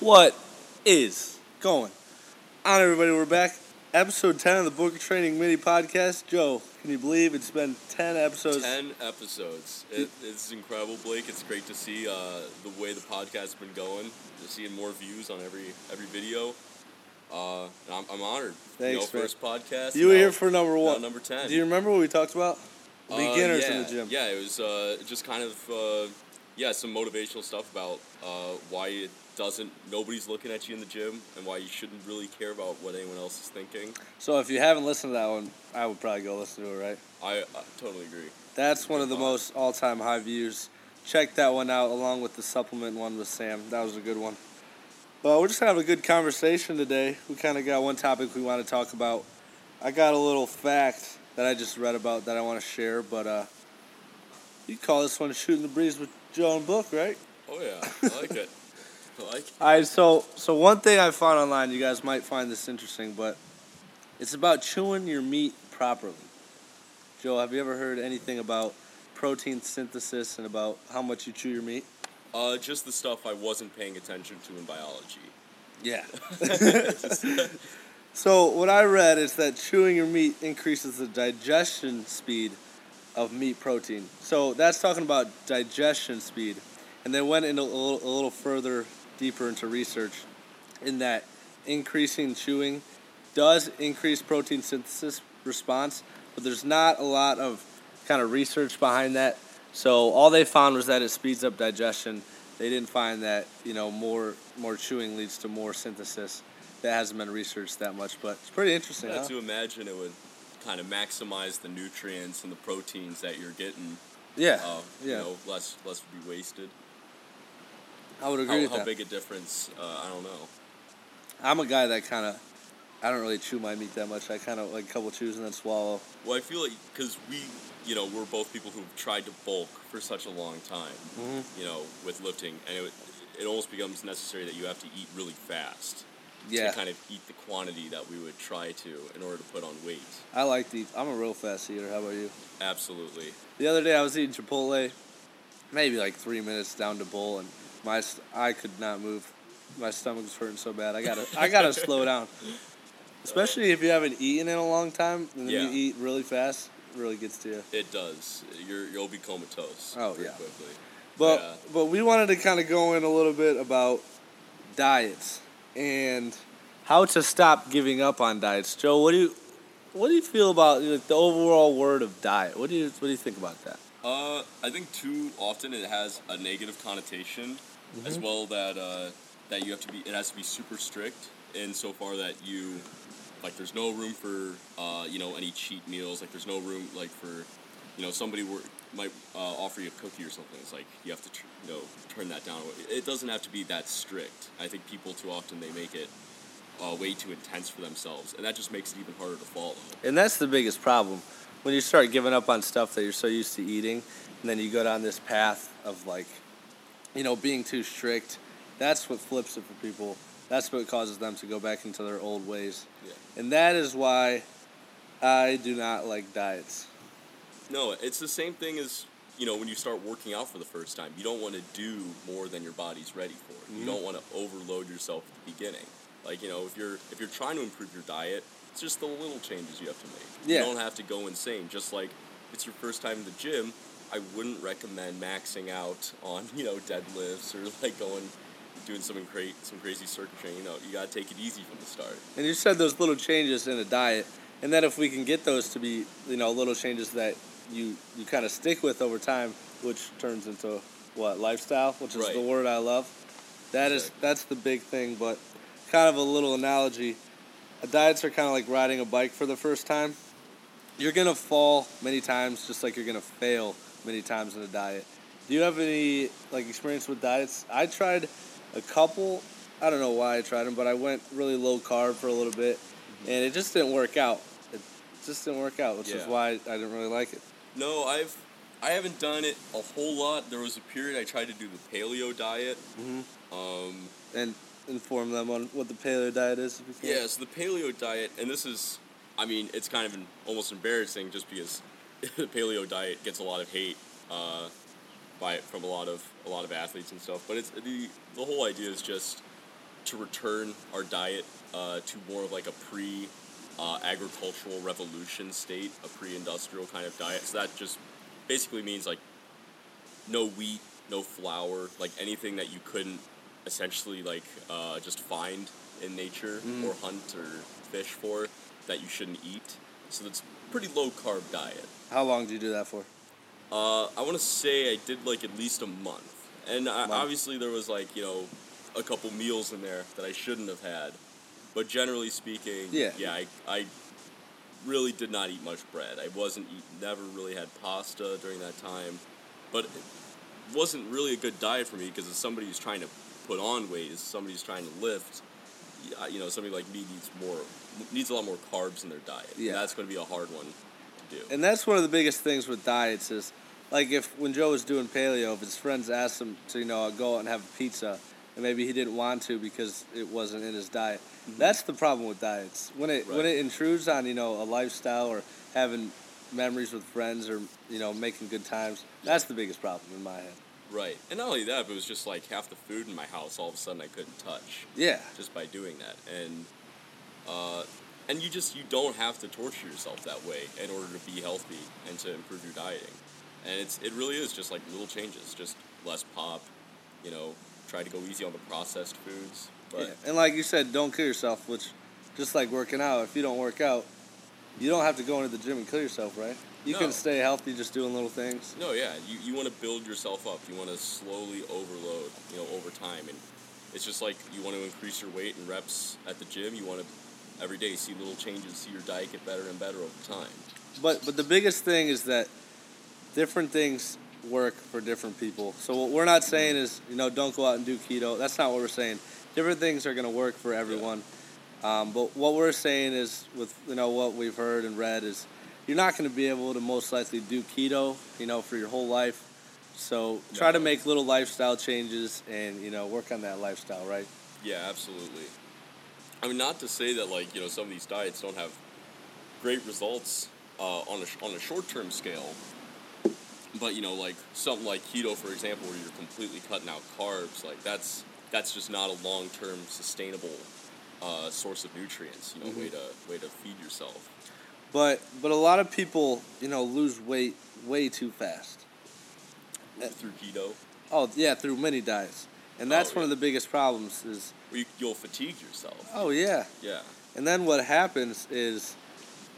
What is going on, everybody? We're back. Episode 10 of the Book of Training mini podcast. Joe, can you believe it's been 10 episodes? Ten episodes. It, it's incredible, Blake. It's great to see uh, the way the podcast's been going. You're seeing more views on every every video. Uh, and I'm, I'm honored. Thanks, you man. know, first podcast. You were now- here for number now one. number ten. Do you remember what we talked about? Uh, Beginners yeah, in the gym. Yeah, it was uh, just kind of uh, yeah some motivational stuff about uh, why it doesn't nobody's looking at you in the gym and why you shouldn't really care about what anyone else is thinking. So if you haven't listened to that one, I would probably go listen to it, right? I, I totally agree. That's one of the Uh, most all time high views. Check that one out along with the supplement one with Sam. That was a good one. Well, we're just having a good conversation today. We kind of got one topic we want to talk about. I got a little fact that I just read about that I want to share, but uh, you call this one Shooting the Breeze with Joe and Book, right? Oh yeah, I like it. I like it. All right, so so one thing I found online, you guys might find this interesting, but it's about chewing your meat properly. Joe, have you ever heard anything about protein synthesis and about how much you chew your meat? Uh, just the stuff I wasn't paying attention to in biology. Yeah. so what I read is that chewing your meat increases the digestion speed of meat protein. So that's talking about digestion speed, and they went into a little, a little further deeper into research in that increasing chewing does increase protein synthesis response, but there's not a lot of kind of research behind that. So all they found was that it speeds up digestion. They didn't find that you know more more chewing leads to more synthesis. That hasn't been researched that much, but it's pretty interesting. Yeah. huh? to imagine it would kind of maximize the nutrients and the proteins that you're getting. Yeah, Uh, yeah, You know, less less would be wasted. I would agree How, with how that. big a difference? Uh, I don't know. I'm a guy that kind of, I don't really chew my meat that much. I kind of like couple chews and then swallow. Well, I feel like because we, you know, we're both people who've tried to bulk for such a long time. Mm-hmm. You know, with lifting, and it, it almost becomes necessary that you have to eat really fast Yeah, to kind of eat the quantity that we would try to in order to put on weight. I like to eat. I'm a real fast eater. How about you? Absolutely. The other day I was eating Chipotle, maybe like three minutes down to bowl, and my st- I could not move. My stomach was hurting so bad. I gotta I gotta slow down. Especially if you haven't eaten in a long time, and then Yeah. you eat really fast, it really gets to you. It does. You're, you'll be comatose. Oh, pretty yeah. Quickly. But Yeah. but we wanted to kind of go in a little bit about diets and how to stop giving up on diets. Joe, what do you what do you feel about like, the overall word of diet? What do you what do you think about that? Uh, I think too often it has a negative connotation, as Mm-hmm. well that uh, that you have to be. It has to be super strict insofar that you, like, there's no room for uh, you know any cheat meals. Like, there's no room like for, you know, somebody were, might uh, offer you a cookie or something. It's like you have to tr- you know turn that down. It doesn't have to be that strict. I think people too often they make it uh, way too intense for themselves, and that just makes it even harder to follow. And that's the biggest problem. When you start giving up on stuff that you're so used to eating, and then you go down this path of like, you know, being too strict, that's what flips it for people. That's what causes them to go back into their old ways. Yeah. And that is why I do not like diets. No, it's the same thing as you know when you start working out for the first time. You don't want to do more than your body's ready for. You don't want to overload yourself at the beginning. Like you know, if you're if you're trying to improve your diet, it's just the little changes you have to make. Yeah. You don't have to go insane. Just like if it's your first time in the gym, I wouldn't recommend maxing out on you know deadlifts or like going doing some cra- some crazy circuit training. You know, you gotta take it easy from the start. And you said those little changes in a diet, and then if we can get those to be, you know, little changes that you you kind of stick with over time, which turns into what lifestyle, which is Right. the word I love. That is Exactly. that's the big thing, but kind of a little analogy. Diets are kind of like riding a bike for the first time. You're gonna fall many times, just like you're gonna fail many times in a diet. Do you have any like experience with diets? I tried a couple. I don't know why I tried them, but I went really low carb for a little bit, and it just didn't work out. It just didn't work out, which is Yeah. why I didn't really like it. No, I've I haven't done it a whole lot. There was a period I tried to do the paleo diet. Um, And inform them on what the paleo diet is. If you can. yeah, so the paleo diet, and this is, I mean, it's kind of an, almost embarrassing just because the paleo diet gets a lot of hate uh, by from a lot of a lot of athletes and stuff. But it's the the whole idea is just to return our diet uh, to more of like a pre uh, agricultural revolution state, a pre industrial kind of diet. So that just basically means like no wheat, no flour, like anything that you couldn't essentially like uh, just find in nature or hunt or fish for that you shouldn't eat. So that's pretty low carb diet. How long do you do that for? Uh, I want to say I did like at least a month, and I, Month. obviously there was like you know a couple meals in there that I shouldn't have had, but generally speaking, Yeah. yeah, I, I really did not eat much bread. I wasn't eat, never really had pasta during that time, but it wasn't really a good diet for me because as somebody who's trying to put on weight, as somebody who's trying to lift, y- you know, somebody like me needs more needs a lot more carbs in their diet. and Yeah. that's going to be a hard one to do. And that's one of the biggest things with diets is, like, if when Joe was doing paleo, if his friends asked him to, you know, go out and have a pizza, and maybe he didn't want to because it wasn't in his diet. That's the problem with diets. When it when Mm-hmm. Right. it intrudes on you know a lifestyle or having memories with friends or you know making good times, that's the biggest problem in my head. Right. And not only that, but it was just like half the food in my house all of a sudden I couldn't touch Yeah. just by doing that. And uh, and you just you don't have to torture yourself that way in order to be healthy and to improve your dieting. And it's it really is just like little changes, just less pop, you know, try to go easy on the processed foods. But Yeah, And like you said, don't kill yourself, which just like working out, if you don't work out, you don't have to go into the gym and kill yourself, right? You No. can stay healthy just doing little things. No, yeah, you, you want to build yourself up. You want to slowly overload, you know, over time, and it's just like you want to increase your weight and reps at the gym. You want to every day see little changes, see your diet get better and better over time. But but the biggest thing is that different things work for different people. So what we're not saying is, you know, don't go out and do keto. That's not what we're saying. Different things are going to work for everyone. Um, but what we're saying is, with you know what we've heard and read is, you're not going to be able to most likely do keto, you know, for your whole life. So try to No. make little lifestyle changes and you know work on that lifestyle, right? Yeah, absolutely. I mean, not to say that like you know some of these diets don't have great results uh, on a sh- on a short term scale, but you know like something like keto, for example, where you're completely cutting out carbs, like that's that's just not a long term sustainable uh, source of nutrients. You know, Mm-hmm. way to way to feed yourself. But but a lot of people, you know, lose weight way too fast. Uh, Through keto, Oh yeah, through many diets, and that's Oh, one yeah. of the biggest problems. Is where you, you'll fatigue yourself. oh yeah, Yeah, and then what happens is,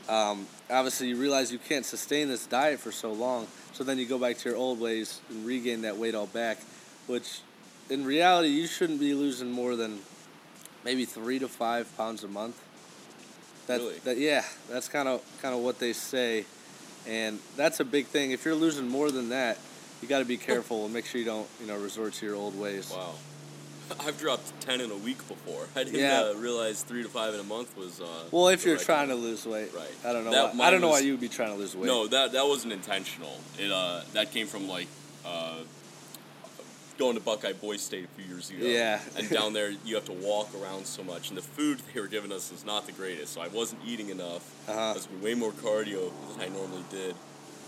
um, obviously you realize you can't sustain this diet for so long, so then you go back to your old ways and regain that weight all back, which, in reality, you shouldn't be losing more than maybe three to five pounds a month. That, Really? that yeah, that's kind of kind of what they say, and that's a big thing. If you're losing more than that, you got to be careful and make sure you don't you know resort to your old ways. wow. I've dropped ten in a week before. I didn't Yeah. uh, realize three to five in a month was. Uh, Well, if the you're right trying amount. to lose weight, Right. I don't know. That- why, I don't know why mine was- you would be trying to lose weight. No, that that wasn't intentional. It uh, that came from like uh, going to Buckeye Boys State a few years ago. Yeah. and down there you have to walk around so much, and the food they were giving us was not the greatest. So I wasn't eating enough. I Uh-huh. was doing way more cardio than I normally did,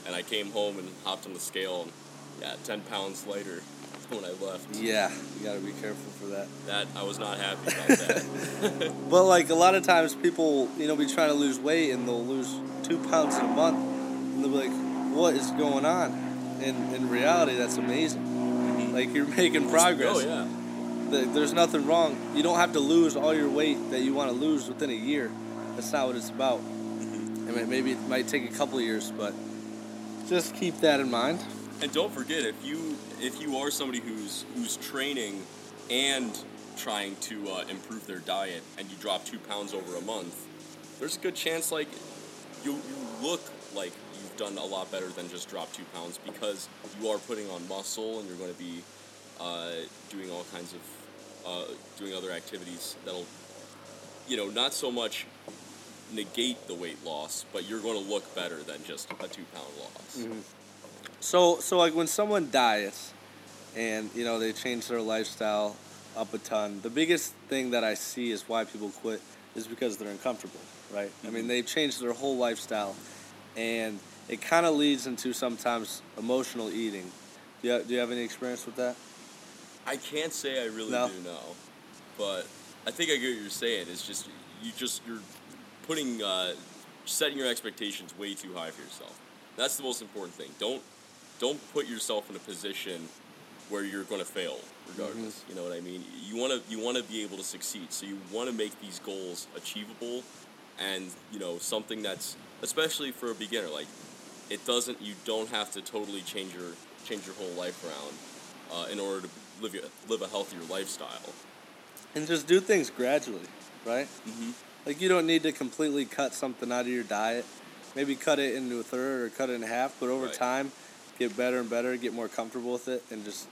and I came home and hopped on the scale, and yeah, ten pounds lighter when I left. Yeah, you got to be careful for that. That I was not happy about that. But like a lot of times, people you know be trying to lose weight and they'll lose two pounds in a month, and they'll be like, "What is going on?" And in reality, that's amazing. Like you're making progress. Mm-hmm. Oh yeah. Th- There's nothing wrong. You don't have to lose all your weight that you want to lose within a year. That's not what it's about. I Mm-hmm. mean, maybe it might take a couple of years, but just keep that in mind. And don't forget if you if you are somebody who's who's training and trying to uh, improve their diet and you drop two pounds over a month, there's a good chance like you you look like you've done a lot better than just drop two pounds because you are putting on muscle and you're going to be uh, doing all kinds of uh, doing other activities that'll you know not so much negate the weight loss but you're going to look better than just a two pound loss So so like when someone diets and you know they change their lifestyle up a ton, the biggest thing that I see is why people quit is because they're uncomfortable, right? I mean they've changed their whole lifestyle and it kind of leads into sometimes emotional eating. Do you, do you have any experience with that? I can't say I really No. do know, but I think I get what you're saying. It's just you just you're putting uh, setting your expectations way too high for yourself. That's the most important thing. Don't don't put yourself in a position where you're going to fail regardless. You know what I mean? You want to you want to be able to succeed. So you want to make these goals achievable and, you know, something that's especially for a beginner like it doesn't you don't have to totally change your change your whole life around uh, in order to live your, live a healthier lifestyle. and just do things gradually, right? Mm-hmm. Like you don't need to completely cut something out of your diet. Maybe cut it into a third or cut it in half, but over Right. time, get better and better, get more comfortable with it, and just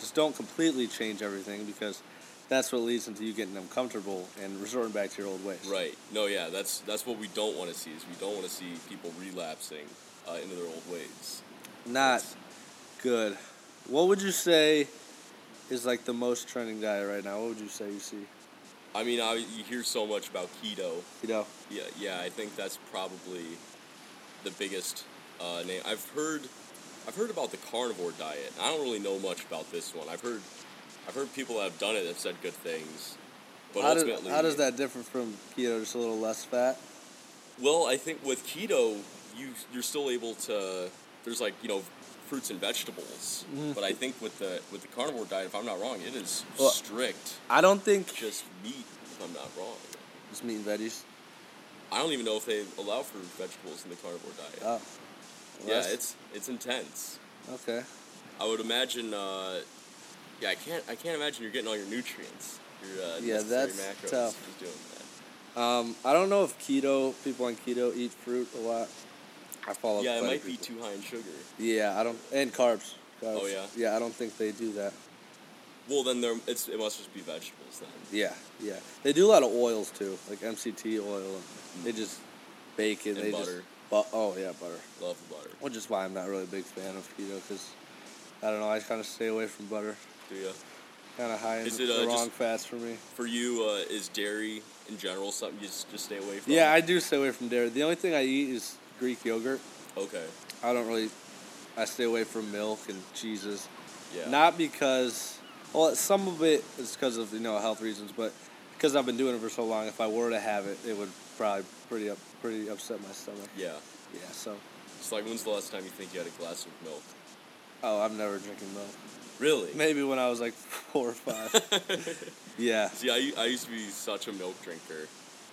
just don't completely change everything because that's what leads into you getting uncomfortable and resorting back to your old ways. Right. No. Yeah. That's that's what we don't want to see. Is we don't want to see people relapsing uh, into their old ways. Not good. What would you say is like the most trending diet right now? What would you say you see? I mean, I, you hear so much about keto. You know, Yeah. Yeah. I think that's probably the biggest uh, name. I've heard. I've heard about the carnivore diet. I don't really know much about this one. I've heard. I've heard people that have done it have said good things. But how, ultimately, does, how does that differ from keto? Just a little less fat. Well, I think with keto, you you're still able to. There's like you know, fruits and vegetables. But I think with the with the carnivore diet, if I'm not wrong, it is Mm-hmm. Well- strict, I don't think just meat. If I'm not wrong, just meat and veggies. I don't even know if they allow for vegetables in the carnivore diet. Oh, yeah, that's- it's it's intense. okay. I would imagine. Uh, yeah, I can't. I can't imagine you're getting all your nutrients. Your uh, Yeah, necessary that's macros tough. from doing that. Um, I don't know if keto people on keto eat fruit a lot. I follow. Yeah, it quite a might be people. too high in sugar. Yeah, I don't and carbs. carbs. Oh, yeah? Yeah, I don't think they do that. Well, then there. It's it must just be vegetables then. Yeah, yeah. They do a lot of oils too, like MCT oil. and They just bake it. Mm-hmm. And they butter. Just, but oh yeah, butter. Love butter. Which is why I'm not really a big fan of keto because I don't know. I kind of stay away from butter. Do you? Kind of high in Is the, it, uh, wrong just- fats for me. For you, uh, is dairy in general something you just, just stay away from? Yeah, I do stay away from dairy. The only thing I eat is Greek yogurt. okay. I don't really. I stay away from milk and cheeses. Yeah. Not because, well, some of it is because of you know health reasons, but because I've been doing it for so long, if I were to have it, it would probably pretty up pretty upset my stomach. Yeah. Yeah. So, It's like when's the last time you think you had a glass of milk? oh, I'm never drinking milk. Really? Maybe when I was like four or five. yeah. See, I, I used to be such a milk drinker,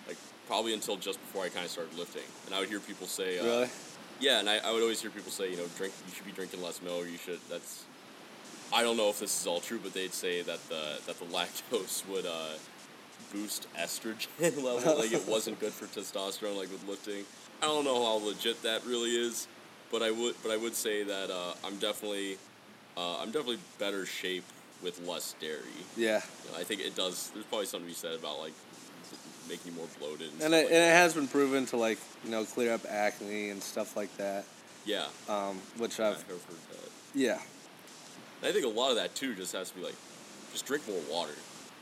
like probably until just before I kind of started lifting, and I would hear people say, uh, Really? Yeah, and I, I would always hear people say, you know, drink. You should be drinking less milk. You should. That's. I don't know if this is all true, but they'd say that the that the lactose would uh, boost estrogen level. like it wasn't good for testosterone, like with lifting. I don't know how legit that really is, but I would but I would say that uh, I'm definitely uh, I'm definitely better shape with less dairy. Yeah. You know, I think it does. There's probably something to be said about like making you more bloated. And And, stuff it, like and it that. has been proven to like you know clear up acne and stuff like that, yeah, um, which I've I've heard that. yeah I think a lot of that too just has to be like, just drink more water,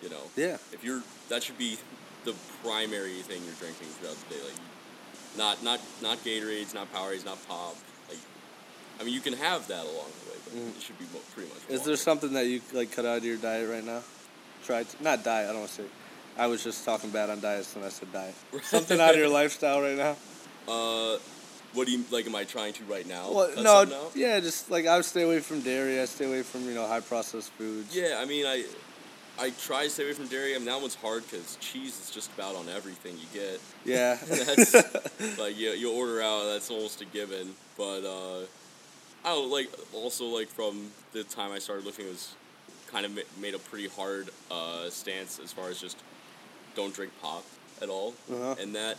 you know. yeah If you're, that should be the primary thing you're drinking throughout the day. Like, not not not Gatorades, not Powerades, not pop. Like, I mean, you can have that along the way, but it should be mo- pretty much. Mm-hmm. Is water. there something that you like cut out of your diet right now? Try to, not diet. I don't want to say. I was just talking bad on diets, and I said diet. Something out of your lifestyle right now. Uh, what do you like? Am I trying to right now? Well, cut no, something out? yeah, just like I would stay away from dairy. I stay away from you know high processed foods. Yeah, I mean, I I try to stay away from dairy. I mean, that one's hard because cheese is just about on everything you get. Yeah, that's like you, you order out that's almost a given but uh i don't like also like from the time i started lifting it was kind of ma- made a pretty hard uh stance as far as just don't drink pop at all Uh-huh. and that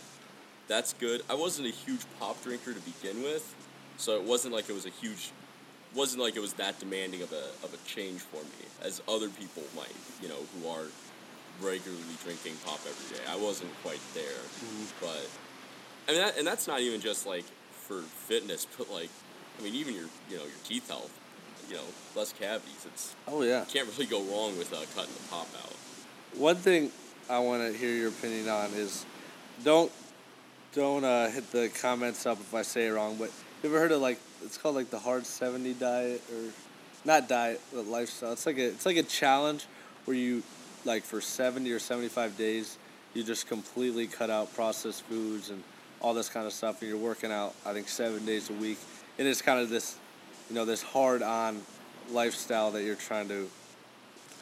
that's good i wasn't a huge pop drinker to begin with so it wasn't like it was a huge wasn't like it was that demanding of a, of a change for me as other people might you know who are regularly drinking pop every day i wasn't quite there but and that and that's not even just like for fitness, but like I mean even your you know your teeth health, you know less cavities. It's Oh yeah. you can't really go wrong with uh, cutting the pop out. One thing I want to hear your opinion on is, don't don't uh, hit the comments up if I say it wrong. But you ever heard of like it's called like the hard seventy diet or not diet but lifestyle? It's like a it's like a challenge where you like for 70 or 75 days, you just completely cut out processed foods and all this kind of stuff, and you're working out, I think, seven days a week. It is kind of this, you know, this hard on lifestyle that you're trying to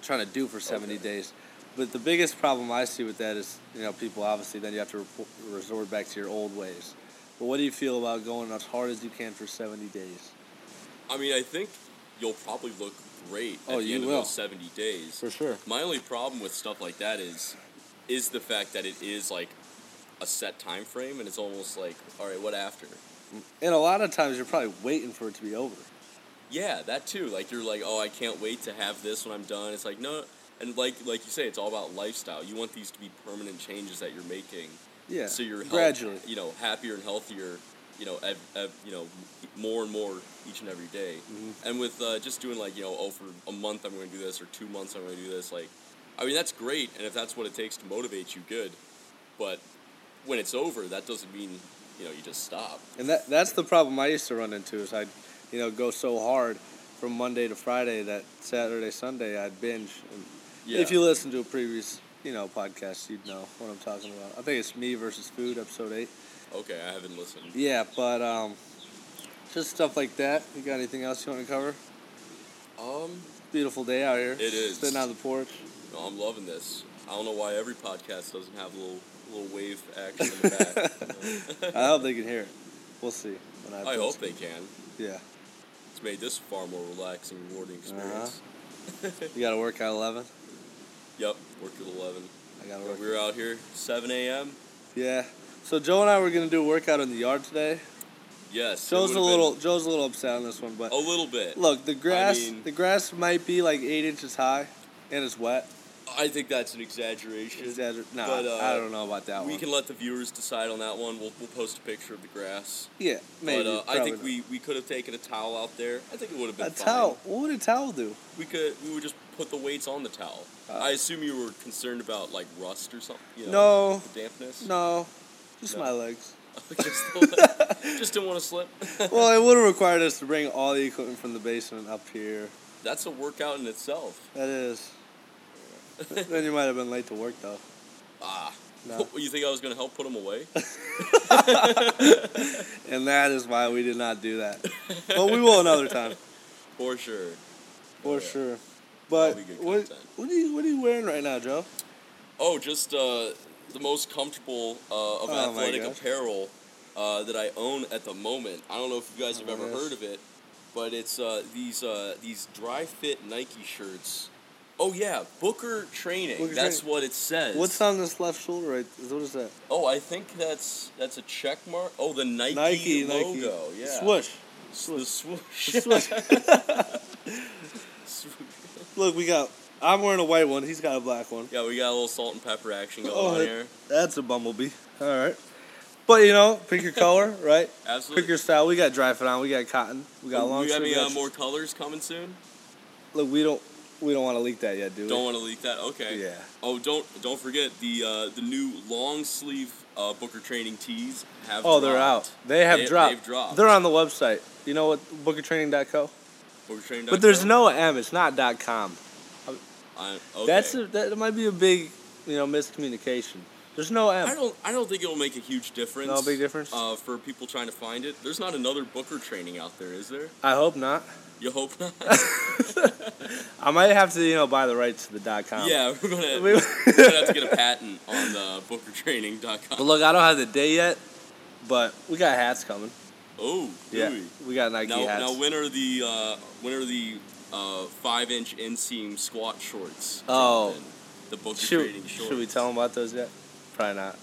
trying to do for 70 Okay. days. But the biggest problem I see with that is, you know, people obviously then you have to report, resort back to your old ways. But what do you feel about going as hard as you can for 70 days? I mean, I think you'll probably look great Oh, at the you end will. of those 70 days. sure. My only problem with stuff like that is is the fact that it is like a set time frame and it's almost like, all right, what after? And a lot of times you're probably waiting for it to be over. Yeah, that too. Like you're like, oh, I can't wait to have this when I'm done. It's like no, and like like you say, it's all about lifestyle. You want these to be permanent changes that you're making, Yeah. so you're health- gradually. you know, happier and healthier, you know, ev- ev- you know, more and more each and every day. Mm-hmm. And with uh, just doing like you know, oh, for a month I'm going to do this, or two months I'm going to do this. Like, I mean, that's great, and if that's what it takes to motivate you, good. But when it's over, that doesn't mean you know you just stop. And that that's the problem I used to run into is I'd, you know, go so hard from Monday to Friday that Saturday, Sunday I'd binge. And Yeah. If you listen to a previous, you know, podcast, you'd know what I'm talking about. I think it's me versus food, episode eight. okay, I haven't listened. Yeah, but um, just stuff like that. You got anything else you want to cover? Um. Beautiful day out here. It is. Sitting on the porch. No, I'm loving this. I don't know why every podcast doesn't have a little little wave action in the back. you know? I hope they can hear it. We'll see. When I post hope they can. it. Yeah. It's made this a far more relaxing, rewarding Uh-huh. experience. You got to work at 11? Yep, work at 11. I got to Yeah, work. we were out here 7 a.m. Yeah. So Joe and I were going to do a workout in the yard today. Yes. it Joe's would've a been little Joe's a little upset on this one, but a little bit. look, the grass mean- the grass might be like 8 inches high and it's wet. I think that's an exaggeration. Exagger- nah, But, uh, I don't know about that We one. can let the viewers decide on that one. We'll, we'll post a picture of the grass. yeah, maybe. but uh, I probably think we, we could have taken a towel out there. I think it would have not. been a fine. towel. What would a towel do? We could we would just put the weights on the towel. Uh, I assume you were concerned about like rust or something. You know, No, the dampness. no, just No. my legs. just, the- just didn't want to slip. well, it would have required us to bring all the equipment from the basement up here. That's a workout in itself. That is. then you might have been late to work though. Ah. No. You think I was gonna help put them away? And that is why we did not do that. but we will another time, For sure. for Yeah. sure. But That'll be good what, content. what are you what are you wearing right now, Joe? Oh, just uh, the most comfortable uh, of Oh, my athletic gosh. apparel uh, that I own at the moment. I don't know if you guys Oh, have ever yes. heard of it, but it's uh, these uh, these dry fit Nike shirts. Oh yeah, Booker Training. Booker that's Training. what it says. What's on this left shoulder? Right, what is that? Oh, I think that's that's a check mark. Oh, the Nike, Nike, logo. Nike. Yeah. Swoosh. S- The swoosh. The swoosh. Swoosh. Look, we got. I'm wearing a white one. He's got a black one. yeah, we got a little salt and pepper action going Oh, on that- here. That's a bumblebee. All right. But you know, pick your color, right? Absolutely. Pick your style. We got dry fit on. We got cotton. We got Oh, long you got sleeve. any we uh, got- more colors coming soon? Look, we don't we don't want to leak that yet, do we? Don't want to leak that. Okay. Yeah. Oh, don't don't forget the uh, the new long sleeve uh, Booker training tees have. Oh, they're out. dropped. They have They- dropped. they've dropped. They're on the website. You know what? Bookertraining.co. Bookertraining.com? But there's no M. It's not dot .com. I, okay. That's a, that might be a big, you know, miscommunication. There's no M. I don't. I don't think it'll make a huge difference. No big difference? Uh, for people trying to find it, there's not another Booker training out there, is there? I hope not. You hope not. I might have to, you know, buy the rights to the dot .com. yeah, we're gonna, We- we're gonna have to get a patent on uh, But BookerTraining.com. look, I don't have the day yet, but we got hats coming. Oh, do yeah, we? we got Nike Now, hats. now, when are the uh, when are the uh, five inch inseam squat shorts? Oh. dropping? the Booker should, Training shorts. should we tell them about those yet? Probably not.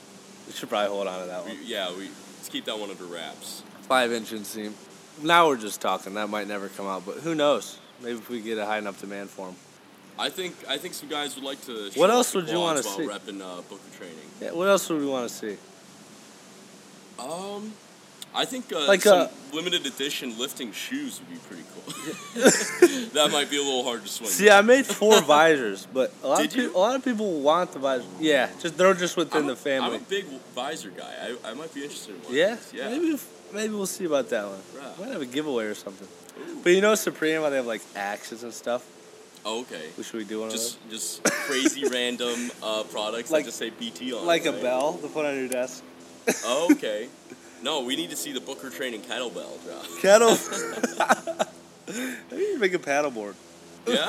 We should probably hold on to that one. We- yeah, we let's keep that one under wraps. Five inch inseam. Now we're just talking. That might never come out, but who knows? Maybe if we get a high enough demand for them. I think I think some guys would like to. show What off else the would you quads wanna while Repping uh, Booker Training. Yeah, what else would we want to see? Um, I think uh, Like, some uh, limited edition lifting shoes would be pretty cool. that might be a little hard to swing. See, I made four visors, but a lot, Did of you? people, a lot of people want the visors. Yeah, just they're just within I'm a- the family. I'm a big visor guy. I, I might be interested in one. of yeah? these. yeah. Maybe if- maybe we'll see about that one. Right. Might have a giveaway or something. Ooh. But you know, Supreme, how they have like axes and stuff. Oh, okay. What should we do one Just of just crazy random uh, products Uh-huh. Like- that just say BT on those? it, Like a right? bell to put on your desk. Oh, okay. No, we need to see the Booker training kettlebell drop. Kettle. Maybe you make a paddleboard. Yeah.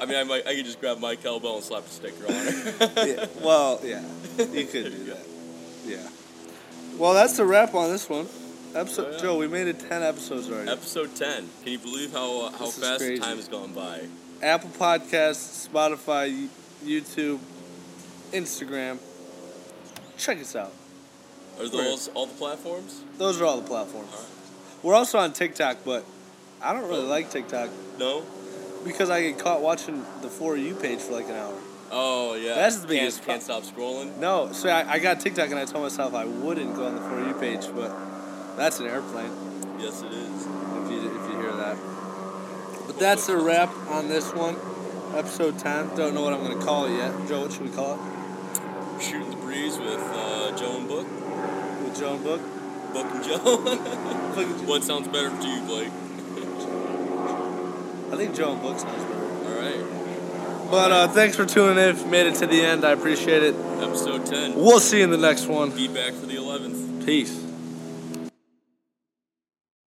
I mean, I might. I could just grab my kettlebell and slap a sticker on it. yeah, well, yeah, you could do that. Yeah. Well, that's the wrap on this one. Episode, Oh, yeah. Joe, we made it 10 episodes already. Episode ten. Can you believe how uh, how This is fast the crazy. time has gone by? Apple Podcasts, Spotify, YouTube, Instagram. Check us out. Are those all the platforms? Those are all the platforms. All right. We're also on TikTok, but I don't really like TikTok No. because I get caught watching the For You page for like an hour. Oh yeah. That's the Can't- biggest pro- Can't, stop scrolling. No, so I, I got TikTok and I told myself I wouldn't go on the For You page, but that's an airplane. Yes, it is. if you if you hear that. But that's a wrap on this one, episode ten. Don't know what I'm gonna call it yet. Joe, what should we call it? Shooting the breeze with uh, Joe and Book. With Joe and Book. Book and Joe. I what sounds better to you, Blake? think Joe and Book sounds better. All right. But uh, thanks for tuning in. If you made it to the end, I appreciate it. Episode ten. We'll see you in the next one. Feedback for the eleventh. Peace.